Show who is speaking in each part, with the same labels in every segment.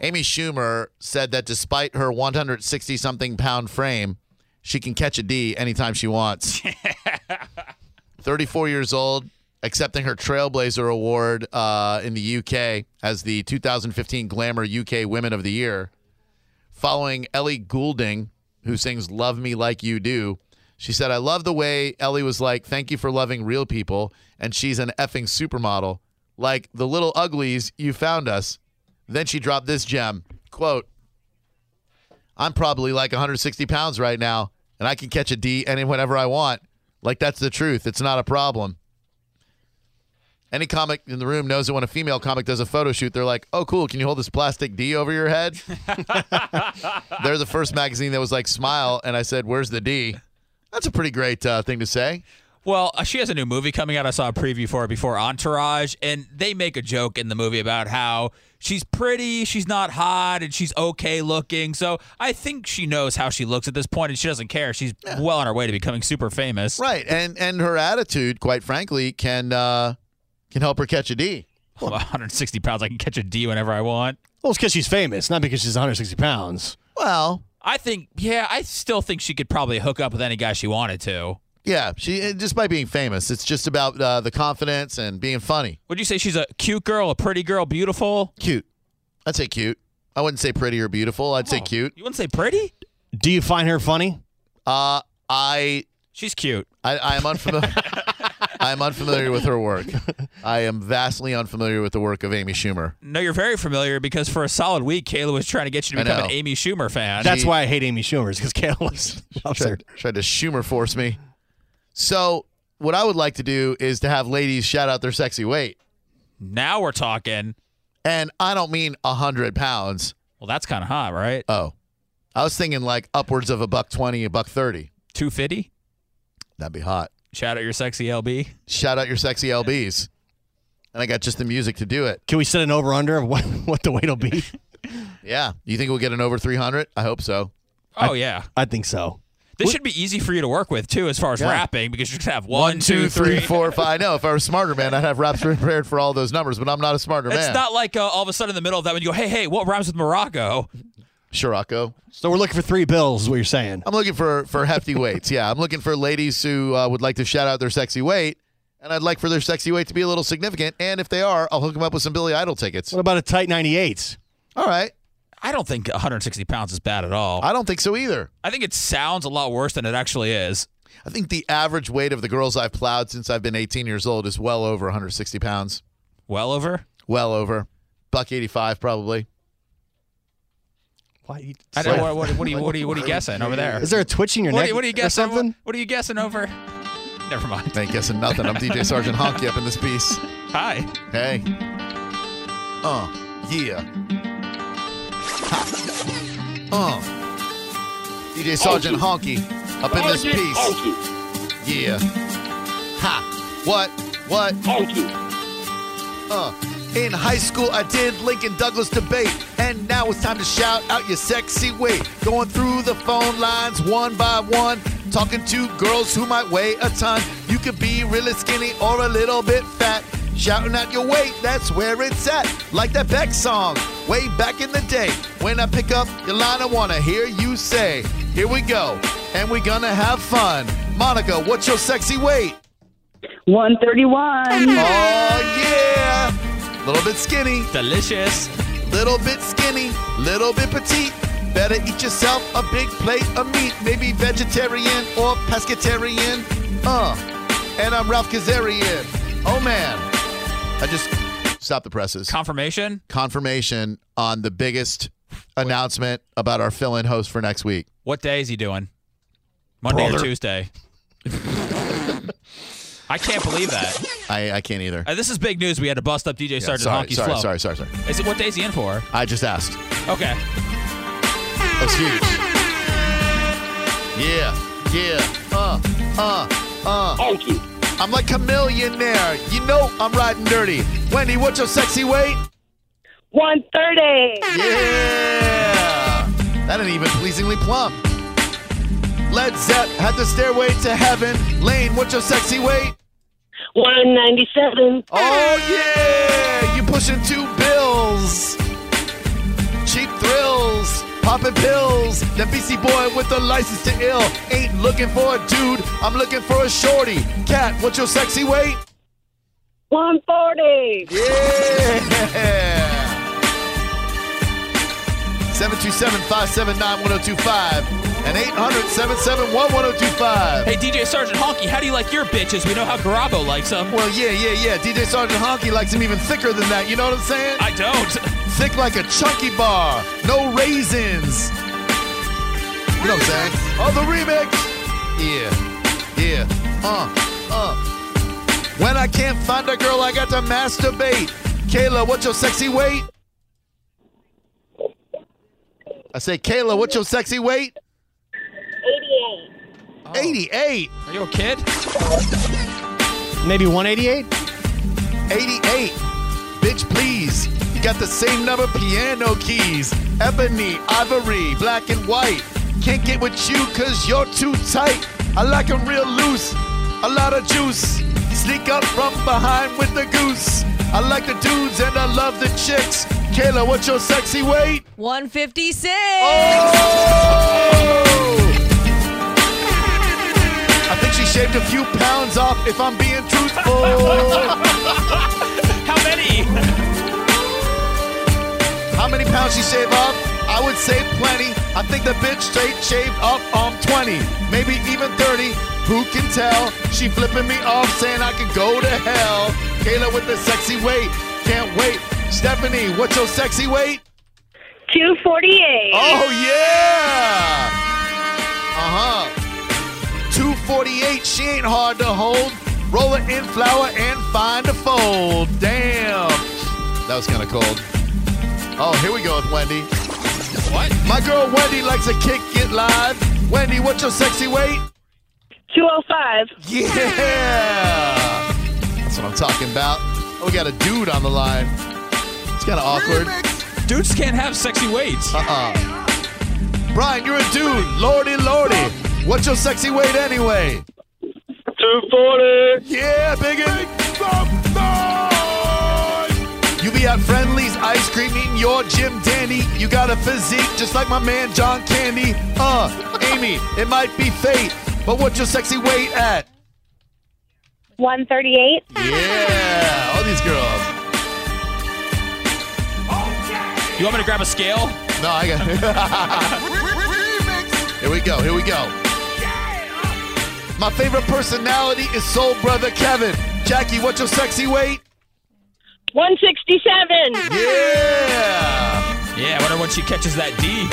Speaker 1: Amy Schumer said that despite her 160 something pound frame, she can catch a D anytime she wants. 34 years old, accepting her Trailblazer Award uh, in the UK as the 2015 Glamour UK Women of the Year. Following Ellie Goulding, who sings Love Me Like You Do, she said, I love the way Ellie was like, Thank you for loving real people. And she's an effing supermodel. Like the little uglies, you found us. Then she dropped this gem quote, I'm probably like 160 pounds right now, and I can catch a D any whenever I want. Like that's the truth. It's not a problem. Any comic in the room knows that when a female comic does a photo shoot, they're like, "Oh, cool! Can you hold this plastic D over your head?" they're the first magazine that was like, "Smile," and I said, "Where's the D?" That's a pretty great uh, thing to say.
Speaker 2: Well, uh, she has a new movie coming out. I saw a preview for it before Entourage, and they make a joke in the movie about how she's pretty, she's not hot, and she's okay looking. So I think she knows how she looks at this point, and she doesn't care. She's well on her way to becoming super famous.
Speaker 1: Right, and and her attitude, quite frankly, can uh, can help her catch a D.
Speaker 2: I'm 160 pounds. I can catch a D whenever I want.
Speaker 3: Well, it's because she's famous, not because she's 160 pounds.
Speaker 1: Well,
Speaker 2: I think, yeah, I still think she could probably hook up with any guy she wanted to.
Speaker 1: yeah, she uh, just by being famous, it's just about uh, the confidence and being funny,
Speaker 2: Would you say she's a cute girl, a pretty girl, beautiful?
Speaker 1: cute. I'd say cute. I wouldn't say pretty or beautiful. I'd say cute.
Speaker 2: You wouldn't say pretty?
Speaker 3: Do you find her funny?
Speaker 1: Uh, I
Speaker 2: She's cute.
Speaker 1: I, I am unfamiliar. I am unfamiliar with her work. I am vastly unfamiliar with the work of Amy Schumer.
Speaker 2: No, you're very familiar because for a solid week, Kayla was trying to get you to
Speaker 1: I
Speaker 2: become
Speaker 1: know.
Speaker 2: an Amy Schumer fan.
Speaker 3: That's why I hate Amy Schumer, because Kale was absurd.
Speaker 1: Tried, tried to Schumer force me. So what I would like to do is to have ladies shout out their sexy weight,
Speaker 2: now we're talking.
Speaker 1: and I don't mean hundred pounds.
Speaker 2: Well, that's kind of hot, right?
Speaker 1: Oh, I was thinking like upwards of a buck twenty, a buck thirty.
Speaker 2: 250.
Speaker 1: That'd be hot.
Speaker 2: Shout out your sexy LB.
Speaker 1: Shout out your sexy lbs, and I got just the music to do it.
Speaker 3: Can we set an over under of what, what the weight will be?
Speaker 1: Yeah, you think we'll get an over three hundred? I hope so.
Speaker 2: Oh yeah,
Speaker 3: I think so.
Speaker 2: this should be easy for you to work with too, as far as
Speaker 3: Yeah.
Speaker 2: rapping, because you just have one, two, three.
Speaker 1: four, five. No, if I were a smarter man, I'd have raps prepared for all those numbers, but I'm not a smarter
Speaker 2: It's
Speaker 1: man.
Speaker 2: not like uh, all of a sudden in the middle of that when you go, hey, hey, what rhymes with Morocco?
Speaker 1: Scirocco.
Speaker 3: So we're looking for three bills, is what you're saying.
Speaker 1: I'm looking for for hefty weights. Yeah, I'm looking for ladies who uh, would like to shout out their sexy weight, and I'd like for their sexy weight to be a little significant. And if they are, I'll hook them up with some Billy Idol tickets.
Speaker 3: What about a tight 98?
Speaker 1: All right,
Speaker 2: I don't think 160 pounds is bad at all. I,
Speaker 1: I don't think so either.
Speaker 2: think it sounds a lot worse than it actually is.
Speaker 1: I think the average weight of the girls I've plowed since I've been 18 years old is well over 160 pounds.
Speaker 2: Well over.
Speaker 1: Well over, buck 85 probably.
Speaker 3: Why?
Speaker 2: I don't know what, what, what, are you, what, are you, what are you guessing over there?
Speaker 3: Is there a twitch in your
Speaker 2: What, are
Speaker 3: neck
Speaker 2: you- what are you
Speaker 3: or
Speaker 2: guessing?
Speaker 3: something?
Speaker 2: What are you guessing over? Never mind.
Speaker 1: Ain't guessing nothing. I'm DJ Sergeant Honky up in this piece.
Speaker 2: Hi.
Speaker 1: Hey. Uh, yeah. Ha. Uh. DJ Sergeant Honky up in this piece. Yeah. Ha. What? What? Uh, in high school, I did Lincoln Douglas debate, and now it's time to shout out your sexy weight. Going through the phone lines one by one, talking to girls who might weigh a ton. You could be really skinny or a little bit fat. Shouting out your weight, that's where it's at. Like that Beck song, way back in the day. When I pick up your line, I wanna hear you say, Here we go, and we're gonna have fun. Monica, what's your sexy weight?
Speaker 4: 131.
Speaker 1: Oh, yeah. Little bit skinny.
Speaker 2: Delicious.
Speaker 1: Little bit skinny, little bit petite. Better eat yourself a big plate of meat, maybe vegetarian or pescatarian. Uh, and I'm Ralph Kazarian. Oh man, I just stop the presses.
Speaker 2: Confirmation?
Speaker 1: Confirmation on the biggest announcement about our fill-in host for next week.
Speaker 2: What day is he doing? Monday or
Speaker 3: Brother.
Speaker 2: Tuesday? I can't believe that.
Speaker 1: I, I can't either.
Speaker 2: Uh, this is big news. We had to bust up DJ Sergeant
Speaker 1: sorry,
Speaker 2: Honky's
Speaker 1: sorry,
Speaker 2: flow.
Speaker 1: sorry, sorry, sorry.
Speaker 2: Is it what day is he in for?
Speaker 1: I just asked.
Speaker 2: Okay.
Speaker 1: That's huge. Yeah, yeah, uh, uh, uh. Thank you. I'm like a millionaire. You know I'm riding dirty. Wendy, what's your sexy weight?
Speaker 4: 130.
Speaker 1: Yeah. That ain't even pleasingly plump. Led Zepp had the stairway to heaven. Lane, what's your sexy weight?
Speaker 4: 197.
Speaker 1: Oh yeah, you pushing two bills. cheap thrills, popping pills. That BC boy with the license to ill ain't looking for a dude. I'm looking for a shorty. Cat, what's your sexy weight?
Speaker 4: 140.
Speaker 1: Yeah. 727-579-1025 and 800-771-1025.
Speaker 2: Hey, DJ Sergeant Honky, how do you like your bitches? We know how Garabo likes them.
Speaker 1: Well, yeah, yeah, yeah. DJ Sergeant Honky likes him even thicker than that. You know what I'm saying?
Speaker 2: I don't.
Speaker 1: Thick like a chunky bar. No raisins. You know what I'm saying? Oh, the remix. Yeah, yeah. Uh, uh. When I can't find a girl, I got to masturbate. Kayla, what's your sexy weight? I say, Kayla, what's your sexy weight? Oh.
Speaker 4: 88.
Speaker 1: 88.
Speaker 2: Are you a kid?
Speaker 3: Maybe 188?
Speaker 1: 88. Bitch, please. You got the same number piano keys. Ebony, ivory, black and white. Can't get with you cause you're too tight. I like 'em real loose. A lot of juice. Sneak up from behind with the goose. I like the dudes and I love the chicks. Kayla, what's your sexy weight? Oh!
Speaker 5: 156.
Speaker 1: I think she shaved a few pounds off if I'm being truthful.
Speaker 2: How many?
Speaker 1: How many pounds she shaved off? I would say plenty. I think the bitch straight shaved off on 20, maybe even 30. Who can tell? She flipping me off, saying I could go to hell. Kayla with the sexy weight, can't wait. Stephanie, what's your sexy weight?
Speaker 4: 248.
Speaker 1: Oh yeah. Uh huh. 248. She ain't hard to hold. Roll it in flour and find a fold. Damn. That was kind of cold. Oh, here we go with Wendy.
Speaker 2: What?
Speaker 1: My girl Wendy likes to kick it live. Wendy, what's your sexy weight?
Speaker 4: 205.
Speaker 1: Yeah. That's what I'm talking about. Oh, we got a dude on the line. It's kind of awkward.
Speaker 2: Dudes can't have sexy weights.
Speaker 1: Uh-uh. Brian, you're a dude. Lordy, lordy. What's your sexy weight anyway?
Speaker 6: 240.
Speaker 1: Yeah, biggin'. You be at Friendly's ice cream eating your Jim Dandy. You got a physique just like my man John Candy. Uh, Amy, it might be fate, but what's your sexy weight at?
Speaker 4: 138.
Speaker 1: Yeah, all these girls.
Speaker 2: You want me to grab a scale?
Speaker 1: No, I got Here we go. Here we go. My favorite personality is Soul Brother Kevin. Jackie, what's your sexy weight?
Speaker 4: 167.
Speaker 1: Yeah.
Speaker 2: Yeah, I wonder when she catches that D.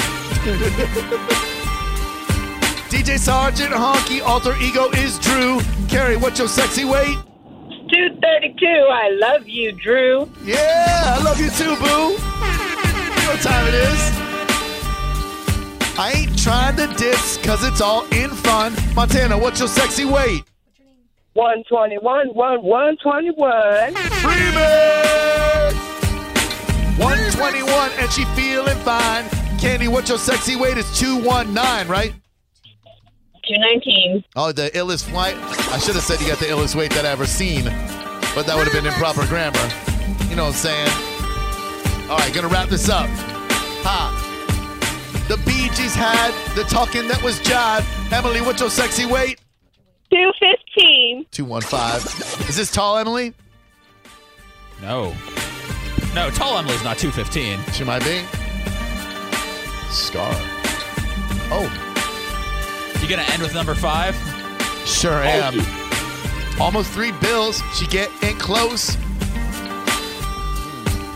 Speaker 1: DJ Sergeant Honky, alter ego is Drew. Carrie, what's your sexy weight?
Speaker 4: 232. I love you, Drew.
Speaker 1: Yeah, I love you too, boo. You know what time it is. I ain't trying to diss, cause it's all in fun. Montana, what's your sexy weight?
Speaker 4: 121. 121.
Speaker 1: Remix! 121 and she feeling fine. Candy, what's your sexy weight? It's 219, right?
Speaker 4: 219.
Speaker 1: Oh, the illest flight. I should have said you got the illest weight that I ever seen, but that would have been improper grammar. You know what I'm saying? All right, gonna wrap this up. Ha! The Bee Gees had the talking that was jive. Emily, what's your sexy weight?
Speaker 4: 215.
Speaker 1: 215. Is this tall, Emily?
Speaker 2: No. No, tall Emily's not 215.
Speaker 1: She might be. Scar. Oh,
Speaker 2: You gonna end with number five?
Speaker 1: Sure am. Almost three bills. She get in close.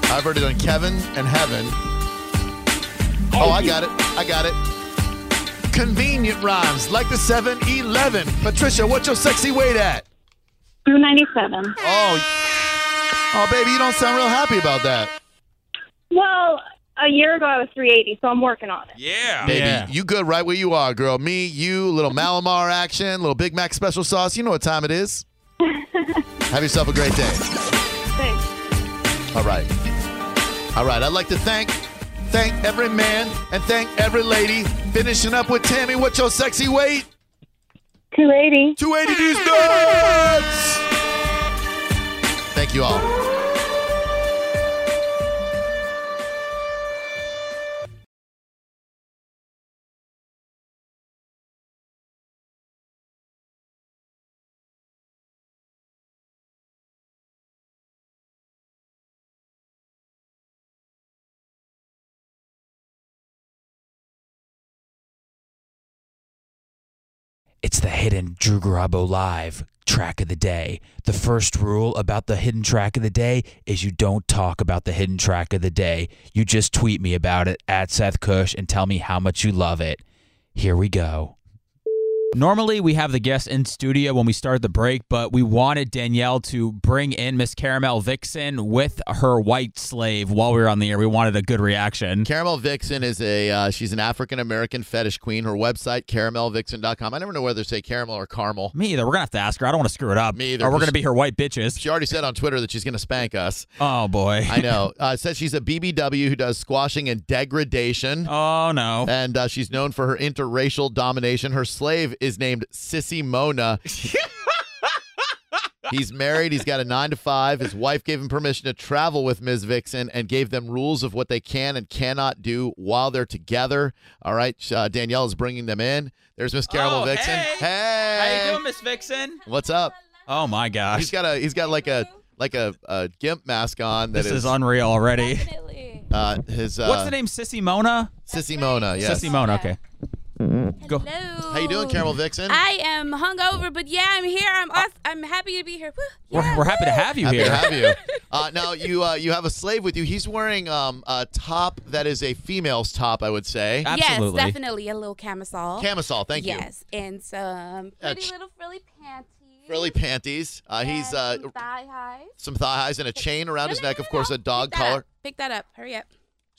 Speaker 1: I've already done Kevin and Heaven. Oh, I got it. I got it. Convenient rhymes like the 7 Eleven. Patricia, what's your sexy weight at?
Speaker 4: 297.
Speaker 1: Oh, oh, baby, you don't sound real happy about that.
Speaker 4: Well, a year ago I was 380, so I'm working on it.
Speaker 2: Yeah.
Speaker 1: Baby,
Speaker 3: Yeah.
Speaker 1: you good right where you are, girl. Me, you, little Malamar action, little Big Mac special sauce. You know what time it is. Have yourself a great day.
Speaker 4: Thanks.
Speaker 1: All right. All right. I'd like to thank thank every man and thank every lady. Finishing up with Tammy, what's your sexy weight?
Speaker 4: 280.
Speaker 1: 280 these nuts! Thank you all.
Speaker 2: It's the hidden Drew Garabo Live track of the day. The first rule about the hidden track of the day is you don't talk about the hidden track of the day. You just tweet me about it at Seth Cush and tell me how much you love it. Here we go. Normally, we have the guest in studio when we start the break, but we wanted Danielle to bring in Miss Caramel Vixen with her white slave while we were on the air. We wanted a good reaction.
Speaker 1: Caramel Vixen is a uh, she's an African American fetish queen. Her website caramelvixen.com. I never know whether to say caramel or caramel.
Speaker 2: Me either. We're gonna have to ask her. I don't want to screw it up.
Speaker 1: Me either.
Speaker 2: Or we're gonna be her white bitches.
Speaker 1: She already said on Twitter that she's going to spank us.
Speaker 2: Oh boy.
Speaker 1: I know. Uh, says she's a BBW who does squashing and degradation.
Speaker 2: oh no.
Speaker 1: And uh, she's known for her interracial domination. Her slave is named Sissy Mona. he's married. He's got a nine to five. His wife gave him permission to travel with Ms. Vixen and gave them rules of what they can and cannot do while they're together. All right. Uh, Danielle is bringing them in. There's Miss Caramel
Speaker 2: Oh,
Speaker 1: Vixen.
Speaker 2: hey.
Speaker 1: Hey.
Speaker 2: Miss Vixen?
Speaker 1: What's up?
Speaker 2: Oh my
Speaker 1: He's
Speaker 2: gosh.
Speaker 1: got a he's got like a like a, a gimp mask on. That
Speaker 2: This is unreal already.
Speaker 5: Definitely.
Speaker 1: uh, his uh,
Speaker 2: What's the name? Sissy Mona?
Speaker 1: Sissy Mona. Yes.
Speaker 2: Sissy Mona, okay. Go.
Speaker 5: Hello.
Speaker 1: How you doing, Caramel Vixen?
Speaker 5: I am hungover, but yeah, I'm here. I'm off. I'm happy to be here. Woo, yeah.
Speaker 2: We're, we're happy to have you
Speaker 1: Happy
Speaker 2: here.
Speaker 1: to have you. Uh, now you uh, you have a slave with you. He's wearing um, a top that is a female's top, I would say.
Speaker 2: Absolutely.
Speaker 5: Yes, definitely a little camisole.
Speaker 1: Camisole, thank
Speaker 5: Uh-huh. yes, and some
Speaker 1: Uh,
Speaker 5: pretty
Speaker 1: ch-
Speaker 5: little frilly panties.
Speaker 1: you. Frilly panties. Uh, he's uh,
Speaker 5: and some thigh highs.
Speaker 1: some thigh highs and a chain around
Speaker 5: No,
Speaker 1: his
Speaker 5: no,
Speaker 1: neck.
Speaker 5: no,
Speaker 1: Of
Speaker 5: no,
Speaker 1: course,
Speaker 5: no.
Speaker 1: a dog
Speaker 5: Pick that
Speaker 1: collar.
Speaker 5: up. Pick that up. Hurry up.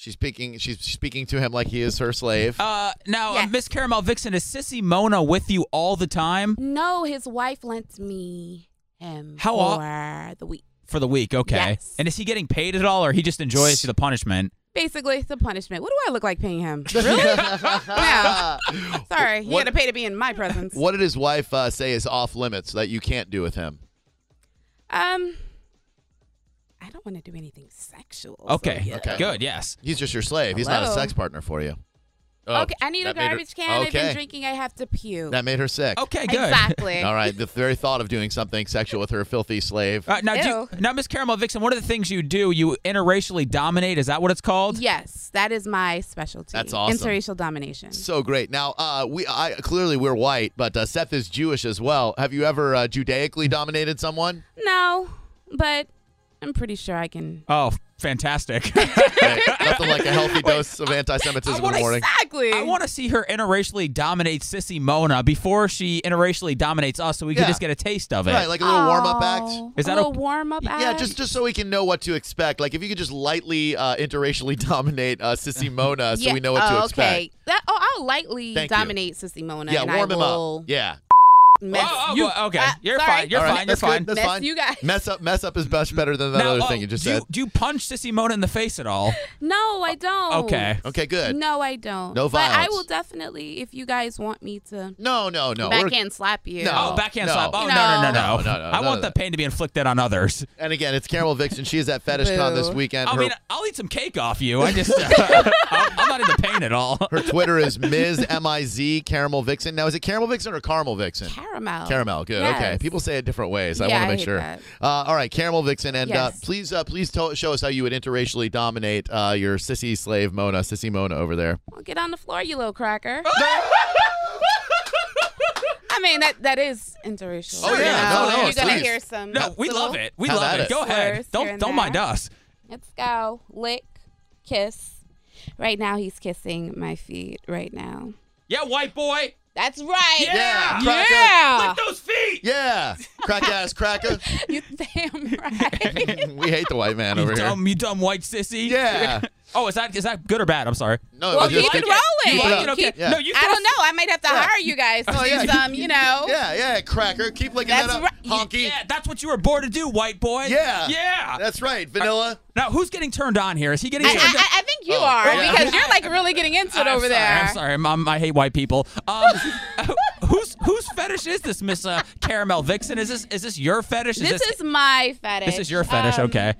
Speaker 1: She's speaking. She's speaking to him like he is her
Speaker 5: Oh,
Speaker 1: slave.
Speaker 2: Uh, now, uh,
Speaker 5: Yes.
Speaker 2: Miss Caramel Vixen, is Sissy Mona with you all the time
Speaker 5: No, his wife lent me him
Speaker 2: How
Speaker 5: for
Speaker 2: o-
Speaker 5: the week.
Speaker 2: for the week? Okay.
Speaker 5: Yes.
Speaker 2: And is he getting paid at all, or he just enjoys the punishment?
Speaker 5: Basically, it's a punishment. What do I look like paying him? Really? no. Sorry, he
Speaker 1: What-
Speaker 5: got to pay to be in my presence.
Speaker 1: What did his wife uh, say is off limits that you can't do with him?
Speaker 5: Um, I don't want to do anything sexual. so
Speaker 2: Okay.
Speaker 5: yeah.
Speaker 1: Okay.
Speaker 2: Good. Yes.
Speaker 1: He's just your slave. He's not a
Speaker 5: Hello?
Speaker 1: sex partner for you. Oh,
Speaker 5: Okay, I need a
Speaker 1: that made her-
Speaker 5: garbage can. I've
Speaker 1: Okay.
Speaker 5: been drinking. I have to puke.
Speaker 1: That made her sick.
Speaker 2: Okay. Good.
Speaker 5: Exactly.
Speaker 1: All right. The very thought of doing something sexual with her filthy slave.
Speaker 2: All right, now, do,
Speaker 5: Ew.
Speaker 2: now, Miss Caramel Vixen, one of the things you do, you interracially dominate. Is that what it's called?
Speaker 5: Yes, that is my specialty.
Speaker 1: That's awesome.
Speaker 5: Interracial domination.
Speaker 1: So great. Now, uh, we I, clearly we're white, but uh, Seth is Jewish as well. Have you ever uh, Judaically dominated someone?
Speaker 5: no, but I'm pretty sure I can.
Speaker 2: Oh, fantastic.
Speaker 1: Hey, nothing like a healthy dose of anti-Semitism in
Speaker 2: wanna
Speaker 1: the morning.
Speaker 5: Exactly.
Speaker 2: I want to see her interracially dominate Sissy Mona before she interracially dominates us so we can
Speaker 1: Yeah.
Speaker 2: just get a taste of it.
Speaker 1: Right, like a little warm-up act.
Speaker 5: Oh,
Speaker 2: Is that
Speaker 5: a little
Speaker 2: okay?
Speaker 5: warm up act?
Speaker 1: Yeah, just just so we can know what to expect. Like if you could just lightly uh, interracially dominate uh, Sissy Mona, so
Speaker 5: Yeah,
Speaker 1: we know what
Speaker 5: oh,
Speaker 1: to expect.
Speaker 5: Okay. That, oh, I'll lightly
Speaker 1: Thank you.
Speaker 5: dominate Sissy Mona.
Speaker 1: Yeah,
Speaker 5: and
Speaker 1: warm
Speaker 5: I
Speaker 1: him
Speaker 5: will
Speaker 1: up. Yeah,
Speaker 5: Mess
Speaker 2: Oh, oh,
Speaker 5: you.
Speaker 2: well, okay.
Speaker 5: uh,
Speaker 2: you're
Speaker 5: sorry.
Speaker 2: fine. You're
Speaker 1: All right,
Speaker 2: fine. You're
Speaker 1: that's
Speaker 2: fine.
Speaker 1: good, that's
Speaker 5: Mess
Speaker 1: fine.
Speaker 5: you guys.
Speaker 1: Mess up, mess up is much better than that
Speaker 2: Now,
Speaker 1: other
Speaker 2: oh,
Speaker 1: thing you just
Speaker 2: do
Speaker 1: said.
Speaker 2: do you punch Sissy Mona in the face at all?
Speaker 5: No, I don't.
Speaker 2: Okay.
Speaker 1: Okay, good.
Speaker 5: No, I don't.
Speaker 1: No
Speaker 5: But I
Speaker 1: violence.
Speaker 5: will definitely, if you guys want me to
Speaker 1: No, no, no. We're-
Speaker 5: backhand slap you.
Speaker 1: No.
Speaker 2: Oh, backhand
Speaker 1: No.
Speaker 2: slap. Oh, no, no, no,
Speaker 1: No,
Speaker 2: no.
Speaker 1: no, no,
Speaker 2: I
Speaker 1: none
Speaker 2: want
Speaker 1: of
Speaker 2: the
Speaker 1: that.
Speaker 2: pain to be inflicted on others.
Speaker 1: And again, it's Caramel Vixen. She is at FetishCon this
Speaker 5: Boo.
Speaker 1: weekend.
Speaker 2: I
Speaker 1: Her,
Speaker 2: mean, I'll eat some cake off you. I just, I'm, I'm not into pain at all.
Speaker 1: her Twitter is Ms. M I Z Caramel Vixen. Now, is it Caramel Vixen or Caramel Vixen?
Speaker 5: Caramel.
Speaker 1: Caramel, good. Okay,
Speaker 5: Yes.
Speaker 1: people say it different ways. I
Speaker 5: Yeah,
Speaker 1: want
Speaker 5: I
Speaker 1: to make
Speaker 5: hate
Speaker 1: sure.
Speaker 5: that.
Speaker 1: Uh, all right, Caramel Vixen, and uh,
Speaker 5: Yes.
Speaker 1: please, uh, please tell, show us how you would interracially dominate uh, your sissy slave Mona, sissy Mona over there.
Speaker 5: Well, get on the floor, you little cracker. I mean, that that is interracial.
Speaker 1: Oh, yeah.
Speaker 5: You
Speaker 1: No, no,
Speaker 5: You're going to
Speaker 1: please.
Speaker 5: hear some.
Speaker 2: No, we
Speaker 5: little-
Speaker 2: love it. We
Speaker 1: How
Speaker 2: love
Speaker 1: about
Speaker 2: it.
Speaker 1: it?
Speaker 2: Go ahead.
Speaker 5: Slurs here
Speaker 2: Don't
Speaker 5: and
Speaker 2: don't mind
Speaker 5: there.
Speaker 2: us.
Speaker 5: Let's go. Lick, kiss. Right now, he's kissing my feet right now.
Speaker 2: Yeah, white boy.
Speaker 5: That's right.
Speaker 1: Yeah. Cracker.
Speaker 5: Yeah.
Speaker 2: Lick those feet.
Speaker 1: Yeah, crack ass cracker.
Speaker 5: You damn right.
Speaker 1: we hate the white man
Speaker 2: You
Speaker 1: over here.
Speaker 2: dumb, you dumb white sissy.
Speaker 1: Yeah.
Speaker 2: Oh, is that is that good or bad? I'm sorry.
Speaker 1: No,
Speaker 5: Well,
Speaker 1: it was
Speaker 5: keep
Speaker 1: just
Speaker 5: it
Speaker 1: a-
Speaker 5: rolling.
Speaker 1: Keep it
Speaker 2: Like,
Speaker 1: up.
Speaker 2: you know,
Speaker 5: Keep-
Speaker 2: okay, No, you
Speaker 5: I
Speaker 2: throw-
Speaker 5: don't know. I might have to hire you guys to
Speaker 1: Oh, yeah.
Speaker 5: do some, you know.
Speaker 1: Yeah, yeah, cracker. Keep licking
Speaker 5: That's
Speaker 1: that up,
Speaker 5: right.
Speaker 1: honky.
Speaker 2: Yeah, that's what you were born to do, white boy.
Speaker 1: Yeah.
Speaker 2: Yeah.
Speaker 1: That's right, vanilla.
Speaker 2: now, who's getting turned on here? Is he getting
Speaker 5: I,
Speaker 2: turned on?
Speaker 5: I, I think you
Speaker 1: Oh,
Speaker 5: are
Speaker 1: yeah.
Speaker 5: because you're like really getting into it
Speaker 2: I'm
Speaker 5: over
Speaker 2: sorry,
Speaker 5: there.
Speaker 2: I'm sorry. Mom, I hate white people. Um, whose whose fetish is this, Miss uh, Caramel Vixen? Is this is this your fetish? Is
Speaker 5: This is my fetish.
Speaker 2: this is your fetish.
Speaker 5: Um,
Speaker 2: okay.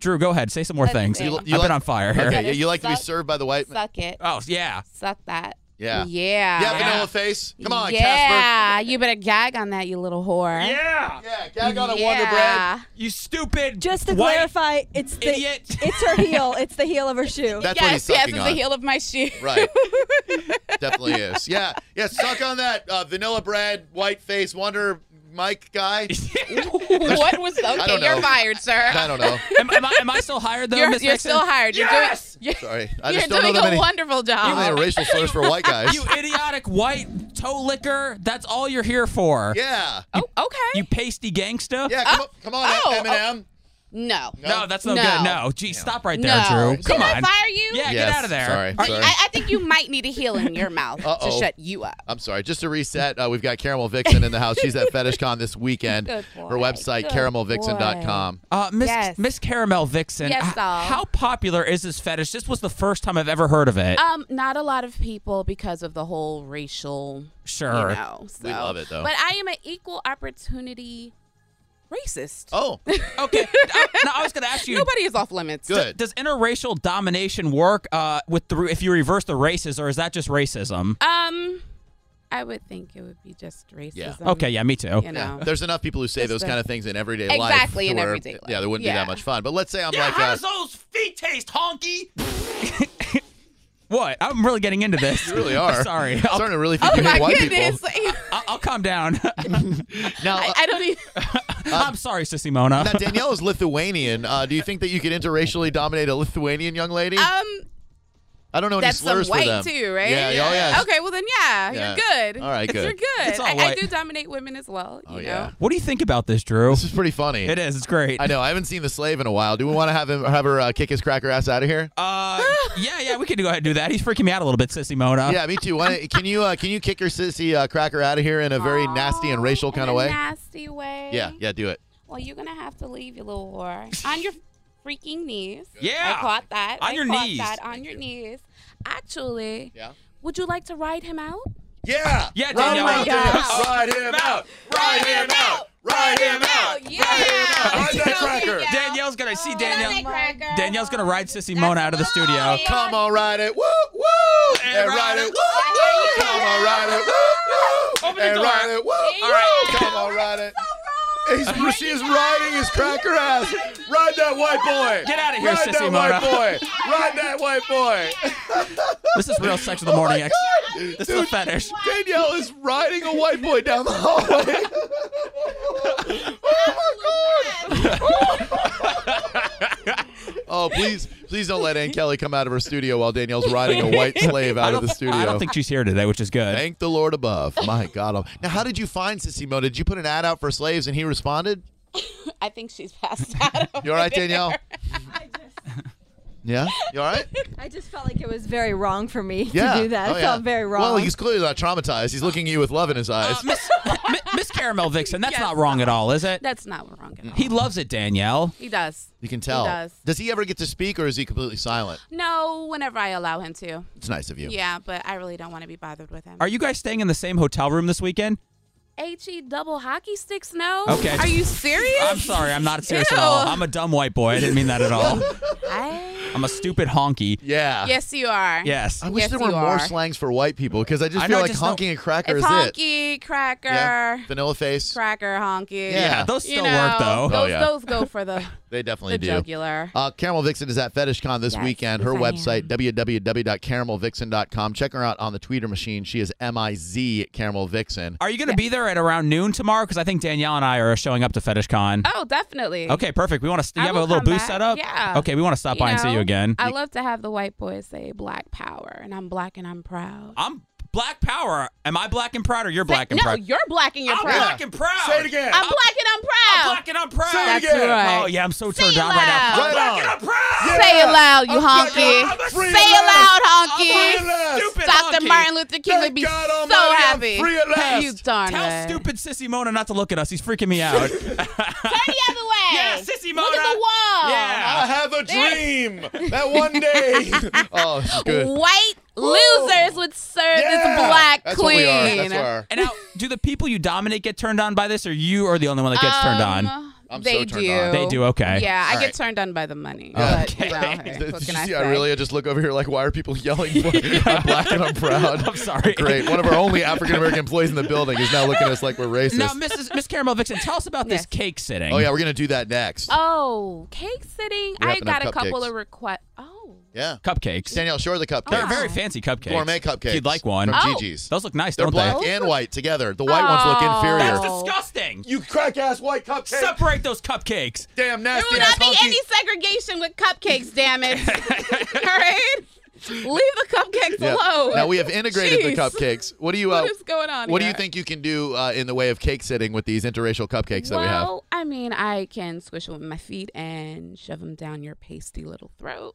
Speaker 2: Drew, go ahead. Say some more
Speaker 5: let's
Speaker 2: things.
Speaker 5: see. You-
Speaker 2: I've
Speaker 1: you like-
Speaker 2: been on fire here.
Speaker 1: Okay, you, you like to be
Speaker 5: Suck-
Speaker 1: served by the white man.
Speaker 5: Suck it.
Speaker 2: Oh yeah.
Speaker 5: Suck that.
Speaker 1: Yeah.
Speaker 5: Yeah.
Speaker 1: Yeah, Vanilla Face. Come on, Casper.
Speaker 5: Yeah, you better gag on that, you little whore.
Speaker 2: Yeah.
Speaker 1: Yeah, gag on a Wonder Bread.
Speaker 5: Yeah.
Speaker 2: You stupid.
Speaker 6: Just to
Speaker 2: white
Speaker 6: clarify, it's the
Speaker 2: idiot.
Speaker 6: it's her heel. It's the heel of her shoe.
Speaker 1: That's what he's
Speaker 5: yes, yes,
Speaker 1: sucking
Speaker 5: it's
Speaker 1: on.
Speaker 5: the heel of my shoe.
Speaker 1: Right. Definitely is. Yeah. Yeah, suck on that uh, Vanilla Bread, White Face, Wonder Mike guy.
Speaker 5: what was
Speaker 1: I don't
Speaker 5: okay? You're
Speaker 1: know.
Speaker 5: fired, sir.
Speaker 1: I don't know.
Speaker 2: am, am I, am I still hired though?
Speaker 5: You're,
Speaker 2: Miss
Speaker 5: you're
Speaker 2: Nixon?
Speaker 5: still hired. You're
Speaker 2: Yes!
Speaker 5: doing, you're,
Speaker 1: Sorry. I
Speaker 5: you're
Speaker 1: just don't know
Speaker 5: doing
Speaker 1: that
Speaker 5: a
Speaker 1: many,
Speaker 5: wonderful
Speaker 1: how many
Speaker 5: job.
Speaker 1: racial slurs for white guys.
Speaker 2: You idiotic white toe licker. That's all you're here for.
Speaker 1: yeah.
Speaker 5: oh, okay.
Speaker 2: You pasty gangsta.
Speaker 1: Yeah, come, on- come on,
Speaker 5: oh, oh.
Speaker 1: Eminem.
Speaker 5: no.
Speaker 2: No, that's no,
Speaker 5: No.
Speaker 2: good. No. Gee, stop right there,
Speaker 5: No.
Speaker 2: Drew.
Speaker 5: Should
Speaker 2: Come
Speaker 5: I
Speaker 2: on.
Speaker 5: fire you?
Speaker 2: Yeah,
Speaker 1: Yes,
Speaker 2: get out of there.
Speaker 1: sorry,
Speaker 2: Are-
Speaker 1: sorry.
Speaker 5: I, I think you might need a heel in your mouth to
Speaker 1: Uh-oh.
Speaker 5: shut you up.
Speaker 1: I'm sorry. Just to reset, uh, we've got Caramel Vixen in the house. She's at FetishCon this weekend.
Speaker 5: Good boy,
Speaker 1: Her website,
Speaker 5: good
Speaker 1: caramelvixen.com.
Speaker 2: Uh, Miss
Speaker 5: Yes.
Speaker 2: Miss Caramel Vixen,
Speaker 5: Yes,
Speaker 2: h-
Speaker 5: doll.
Speaker 2: how popular is this fetish? This was the first time I've ever heard of it.
Speaker 5: Um, not a lot of people because of the whole racial.
Speaker 2: sure.
Speaker 5: You know, so.
Speaker 1: We love it, though.
Speaker 5: But I am an equal opportunity racist.
Speaker 1: Oh,
Speaker 2: Okay. I, no, I was going to ask you.
Speaker 5: Nobody is off limits.
Speaker 1: Good.
Speaker 2: Does interracial domination work uh, with the, if you reverse the races, or is that just racism?
Speaker 5: Um, I would think it would be just racism.
Speaker 1: Yeah.
Speaker 2: Okay, yeah, me too.
Speaker 5: You know.
Speaker 1: there's enough people who say
Speaker 5: It's
Speaker 1: those
Speaker 5: the-
Speaker 1: kind of things in everyday life.
Speaker 5: Exactly,
Speaker 1: to
Speaker 5: in
Speaker 1: where-
Speaker 5: everyday life.
Speaker 1: Yeah, there wouldn't be
Speaker 5: Yeah.
Speaker 1: that much fun. But let's say I'm
Speaker 2: Yeah,
Speaker 1: like,
Speaker 2: how
Speaker 1: uh,
Speaker 2: does those feet taste, honky? what? I'm really getting into this.
Speaker 1: you really are.
Speaker 2: Sorry.
Speaker 1: I'm
Speaker 2: I'll,
Speaker 1: starting to really think
Speaker 5: Oh
Speaker 1: you hate
Speaker 5: my
Speaker 1: white
Speaker 5: goodness!
Speaker 1: people.
Speaker 2: I'll, I'll calm down.
Speaker 1: Now,
Speaker 5: I,
Speaker 1: uh,
Speaker 5: I don't e-, even.
Speaker 2: I'm sorry, Sissy Mona.
Speaker 1: now Danielle is Lithuanian. Uh, do you think that you could interracially dominate a Lithuanian young lady?
Speaker 5: Um,
Speaker 1: I don't know any
Speaker 5: that's some
Speaker 1: slurs for
Speaker 5: white
Speaker 1: them.
Speaker 5: too, right?
Speaker 1: Yeah, yeah, oh, yeah.
Speaker 5: Okay, well then, yeah,
Speaker 1: Yeah.
Speaker 5: you're good.
Speaker 1: All right, good.
Speaker 5: You're good.
Speaker 2: It's all
Speaker 5: I, I
Speaker 2: white.
Speaker 5: do dominate women as well. You
Speaker 1: Oh,
Speaker 5: know?
Speaker 1: yeah.
Speaker 2: what do you think about this, Drew?
Speaker 1: This is pretty funny.
Speaker 2: It is. It's great.
Speaker 1: I know. I haven't seen the slave in a while. Do we want to have him have her uh, kick his cracker ass out of here?
Speaker 2: Uh, yeah, yeah, we can go ahead and do that. He's freaking me out a little bit, Sissy Mona.
Speaker 1: yeah, me too. Why, don't- can you uh, can you kick your sissy uh, cracker out of here in a very nasty and racial
Speaker 5: In
Speaker 1: kind of
Speaker 5: a
Speaker 1: way?
Speaker 5: Nasty way.
Speaker 1: yeah, yeah, do it.
Speaker 5: Well, you're gonna have to leave, you little whore, on your freaking knees.
Speaker 2: Yeah.
Speaker 5: I caught that.
Speaker 2: On
Speaker 5: I
Speaker 2: your
Speaker 5: caught
Speaker 2: knees.
Speaker 5: That on your knees. Actually,
Speaker 1: Yeah.
Speaker 5: would you like to ride him out?
Speaker 1: Yeah.
Speaker 2: Yeah,
Speaker 1: Ride him
Speaker 2: Danielle.
Speaker 1: out. Danielle.
Speaker 2: Oh.
Speaker 1: Ride him out.
Speaker 5: Ride him out.
Speaker 1: Ride him out.
Speaker 5: Yeah. Ride
Speaker 1: Ride that cracker.
Speaker 2: Danielle's gonna see
Speaker 5: that
Speaker 2: Danielle.
Speaker 5: cracker.
Speaker 2: Danielle's gonna ride Sissy Mona out of the studio.
Speaker 5: lie.
Speaker 1: Come on, ride it. Woo, woo.
Speaker 2: And
Speaker 1: And
Speaker 2: ride
Speaker 1: ride it.
Speaker 2: it.
Speaker 1: Woo, woo. Come on, ride it. Woo, woo.
Speaker 2: Open the
Speaker 1: And
Speaker 2: door.
Speaker 1: ride it. Woo.
Speaker 5: All right.
Speaker 1: Come on, ride it. He's, she is riding his cracker ass. Ride that white boy.
Speaker 2: Get outta here,
Speaker 1: Ride
Speaker 2: sissy
Speaker 1: that
Speaker 2: Mona.
Speaker 1: white boy. Ride that white boy.
Speaker 2: This is real sex of the morning. X.
Speaker 1: God.
Speaker 2: This is a fetish.
Speaker 1: Danielle is riding a white boy down the hallway. oh, please, please don't let Aunt Kelly come out of her studio while Danielle's riding a white slave out of the studio.
Speaker 2: I don't think she's here today, which is good.
Speaker 1: Thank the Lord above. My God. Now, how did you find Sissy Mo? Did you put an ad out for slaves and he responded?
Speaker 5: I think she's passed out.
Speaker 1: You all right, Danielle?
Speaker 6: I just,
Speaker 1: Yeah? You all right?
Speaker 6: I just felt like it was very wrong for me
Speaker 1: Yeah.
Speaker 6: to do that.
Speaker 1: Oh,
Speaker 6: I
Speaker 1: yeah.
Speaker 6: felt very wrong.
Speaker 1: Well, he's clearly not traumatized. He's looking at you with love in his eyes.
Speaker 2: Uh, Miss, Mi- Miss Caramel Vixen, that's
Speaker 5: Yes.
Speaker 2: not wrong at all, is it?
Speaker 5: That's not wrong at all.
Speaker 2: he loves it, Danielle.
Speaker 5: He does.
Speaker 1: you can tell.
Speaker 5: He does.
Speaker 1: he ever get to speak or is he completely silent?
Speaker 5: No, whenever I allow him to.
Speaker 1: It's nice of you.
Speaker 5: Yeah, but I really don't want to be bothered with him.
Speaker 2: Are you guys staying in the same hotel room this weekend?
Speaker 5: He E double hockey sticks? No.
Speaker 2: Okay.
Speaker 5: Are you serious?
Speaker 2: I'm sorry, I'm not serious at
Speaker 5: Ew.
Speaker 2: all. I'm a dumb white boy. I didn't mean that at all.
Speaker 5: I-
Speaker 2: I'm a stupid honky.
Speaker 1: Yeah.
Speaker 5: Yes, you are.
Speaker 2: Yes.
Speaker 1: I wish
Speaker 5: Yes,
Speaker 1: there were
Speaker 5: you
Speaker 1: more
Speaker 5: are.
Speaker 1: slangs for white people because I just
Speaker 2: I
Speaker 1: feel
Speaker 2: know, I
Speaker 1: like
Speaker 2: just don't-
Speaker 1: honking and cracker
Speaker 5: It's
Speaker 1: is it.
Speaker 5: honky, cracker,
Speaker 1: Yeah. Vanilla face.
Speaker 5: cracker, honky.
Speaker 1: Yeah.
Speaker 2: Those
Speaker 5: You
Speaker 2: still
Speaker 5: know,
Speaker 2: work though.
Speaker 5: Those,
Speaker 1: Oh, yeah.
Speaker 5: those go for the,
Speaker 1: They
Speaker 5: the
Speaker 1: definitely do.
Speaker 5: jugular.
Speaker 1: Uh, Caramel Vixen is at FetishCon this
Speaker 5: Yes,
Speaker 1: weekend. Her
Speaker 5: yes, I am.
Speaker 1: website, www.caramelvixen.com. Check her out on the Twitter machine. She is M I Z Caramel Vixen.
Speaker 2: Are you going to be there at around noon tomorrow? Because I think Danielle and I are showing up to FetishCon.
Speaker 5: oh, definitely.
Speaker 2: Okay, perfect. We want to.
Speaker 5: I
Speaker 2: You have a
Speaker 5: will
Speaker 2: little
Speaker 5: come
Speaker 2: booth
Speaker 5: back.
Speaker 2: set up.
Speaker 5: Yeah.
Speaker 2: Okay, we want to stop
Speaker 5: You
Speaker 2: by and see
Speaker 5: know,
Speaker 2: you again.
Speaker 5: I love to have the white boys say black power, and I'm black and I'm proud.
Speaker 2: I'm Black Power. Am I black and proud or you're black and
Speaker 5: no,
Speaker 2: proud?
Speaker 5: you're black and you're
Speaker 2: I'm
Speaker 5: proud.
Speaker 2: black and proud.
Speaker 1: again.
Speaker 5: I'm black and I'm proud.
Speaker 2: I'm black and I'm proud.
Speaker 1: Say it
Speaker 5: That's again. right.
Speaker 2: Oh yeah, I'm so
Speaker 5: Say
Speaker 2: turned
Speaker 5: it
Speaker 2: on right now.
Speaker 1: loud.
Speaker 2: I'm black
Speaker 1: Right
Speaker 2: and
Speaker 1: on.
Speaker 2: I'm proud.
Speaker 5: Say it loud, you honky. Say it loud, honky.
Speaker 1: honky.
Speaker 2: Stupid
Speaker 5: Dr.
Speaker 2: honky.
Speaker 5: Martin Luther King would be so happy. You darn
Speaker 2: Tell
Speaker 5: right.
Speaker 2: stupid Sissy Mona not to look at us. He's freaking me out.
Speaker 5: Turn the other way.
Speaker 2: Yeah, Sissy
Speaker 5: Look
Speaker 2: Mona.
Speaker 5: at the wall.
Speaker 2: Yeah.
Speaker 1: I have a dream that one day. oh, she's good.
Speaker 5: White losers would serve
Speaker 1: Yeah.
Speaker 5: this black
Speaker 1: That's what
Speaker 5: queen.
Speaker 1: we are. That's what we are.
Speaker 2: and now, do the people you dominate get turned on by this, or you are the only one that gets turned on?
Speaker 5: Um,
Speaker 1: I'm so
Speaker 5: they
Speaker 1: turned
Speaker 5: do.
Speaker 1: on.
Speaker 2: They do, okay. Oh,
Speaker 5: Yeah,
Speaker 1: All
Speaker 5: I get
Speaker 1: right.
Speaker 5: turned on by the money. But,
Speaker 2: Okay.
Speaker 5: well, hey,
Speaker 1: Did
Speaker 5: what
Speaker 1: you
Speaker 5: can I
Speaker 1: see
Speaker 5: say?
Speaker 1: Aurelia just look over here like, why are people yelling? I'm black and I'm proud.
Speaker 2: I'm sorry.
Speaker 1: Great. One of our only African American employees in the building is now looking at us like we're racist.
Speaker 2: Now, Mrs. Miss Caramel Vixen, tell us about this
Speaker 5: Yes.
Speaker 2: cake sitting.
Speaker 1: oh, yeah, we're going to do that next.
Speaker 5: Oh, cake sitting.
Speaker 1: We have
Speaker 5: I got a
Speaker 1: enough
Speaker 5: couple
Speaker 1: cupcakes.
Speaker 5: of requests. Oh,
Speaker 1: Yeah.
Speaker 2: Cupcakes.
Speaker 1: Danielle Shore, the cupcake.
Speaker 2: They're very fancy cupcakes.
Speaker 1: Gourmet cupcakes.
Speaker 2: If you'd like one.
Speaker 1: From
Speaker 5: Oh.
Speaker 1: Gigi's.
Speaker 2: Those look nice,
Speaker 1: They're
Speaker 2: don't
Speaker 1: black
Speaker 2: they?
Speaker 1: and white together. The white ones look
Speaker 5: Oh.
Speaker 1: inferior.
Speaker 2: That's
Speaker 5: Oh.
Speaker 2: disgusting.
Speaker 1: You crack ass white cupcake.
Speaker 2: Separate those cupcakes.
Speaker 1: Damn
Speaker 5: there
Speaker 1: nasty.
Speaker 5: will
Speaker 1: ass
Speaker 5: not be
Speaker 1: hunky.
Speaker 5: any segregation with cupcakes. Damn it! All right, leave the cupcakes
Speaker 1: Yeah.
Speaker 5: alone.
Speaker 1: Now we have integrated the
Speaker 5: Jeez.
Speaker 1: cupcakes. What do you? Uh,
Speaker 5: What is going on?
Speaker 1: what do you
Speaker 5: here?
Speaker 1: think you can do uh, in the way of cake sitting with these interracial cupcakes that we have?
Speaker 5: Well, I mean, I can squish them with my feet and shove them down your pasty little throat.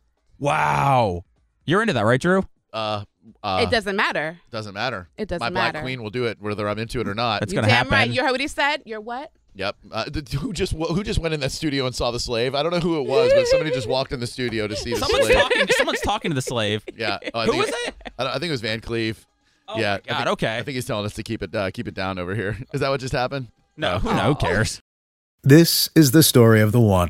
Speaker 2: Wow. You're into that, right, Drew?
Speaker 1: Uh, uh,
Speaker 5: it doesn't matter.
Speaker 1: doesn't matter.
Speaker 5: It doesn't
Speaker 1: My black
Speaker 5: matter.
Speaker 1: queen will do it whether I'm into it or not.
Speaker 2: That's
Speaker 5: You
Speaker 2: gonna
Speaker 5: damn
Speaker 2: happen.
Speaker 5: right. You heard what he said. You're what?
Speaker 1: Yep. Uh, th- who just who just went in that studio and saw the slave? I don't know who it was, but somebody just walked in the studio to see the
Speaker 2: Someone's
Speaker 1: slave.
Speaker 2: talking. Someone's talking to the slave.
Speaker 1: Yeah. Oh, I
Speaker 2: Who
Speaker 1: think
Speaker 2: is it?
Speaker 1: I, don't, I think it was Van Cleef.
Speaker 2: Oh
Speaker 1: yeah.
Speaker 2: my God.
Speaker 1: I think,
Speaker 2: okay.
Speaker 1: I think he's telling us to keep it uh, keep it down over here. Is that what just happened?
Speaker 2: no. Who, no, who cares?
Speaker 7: This is the story of the one.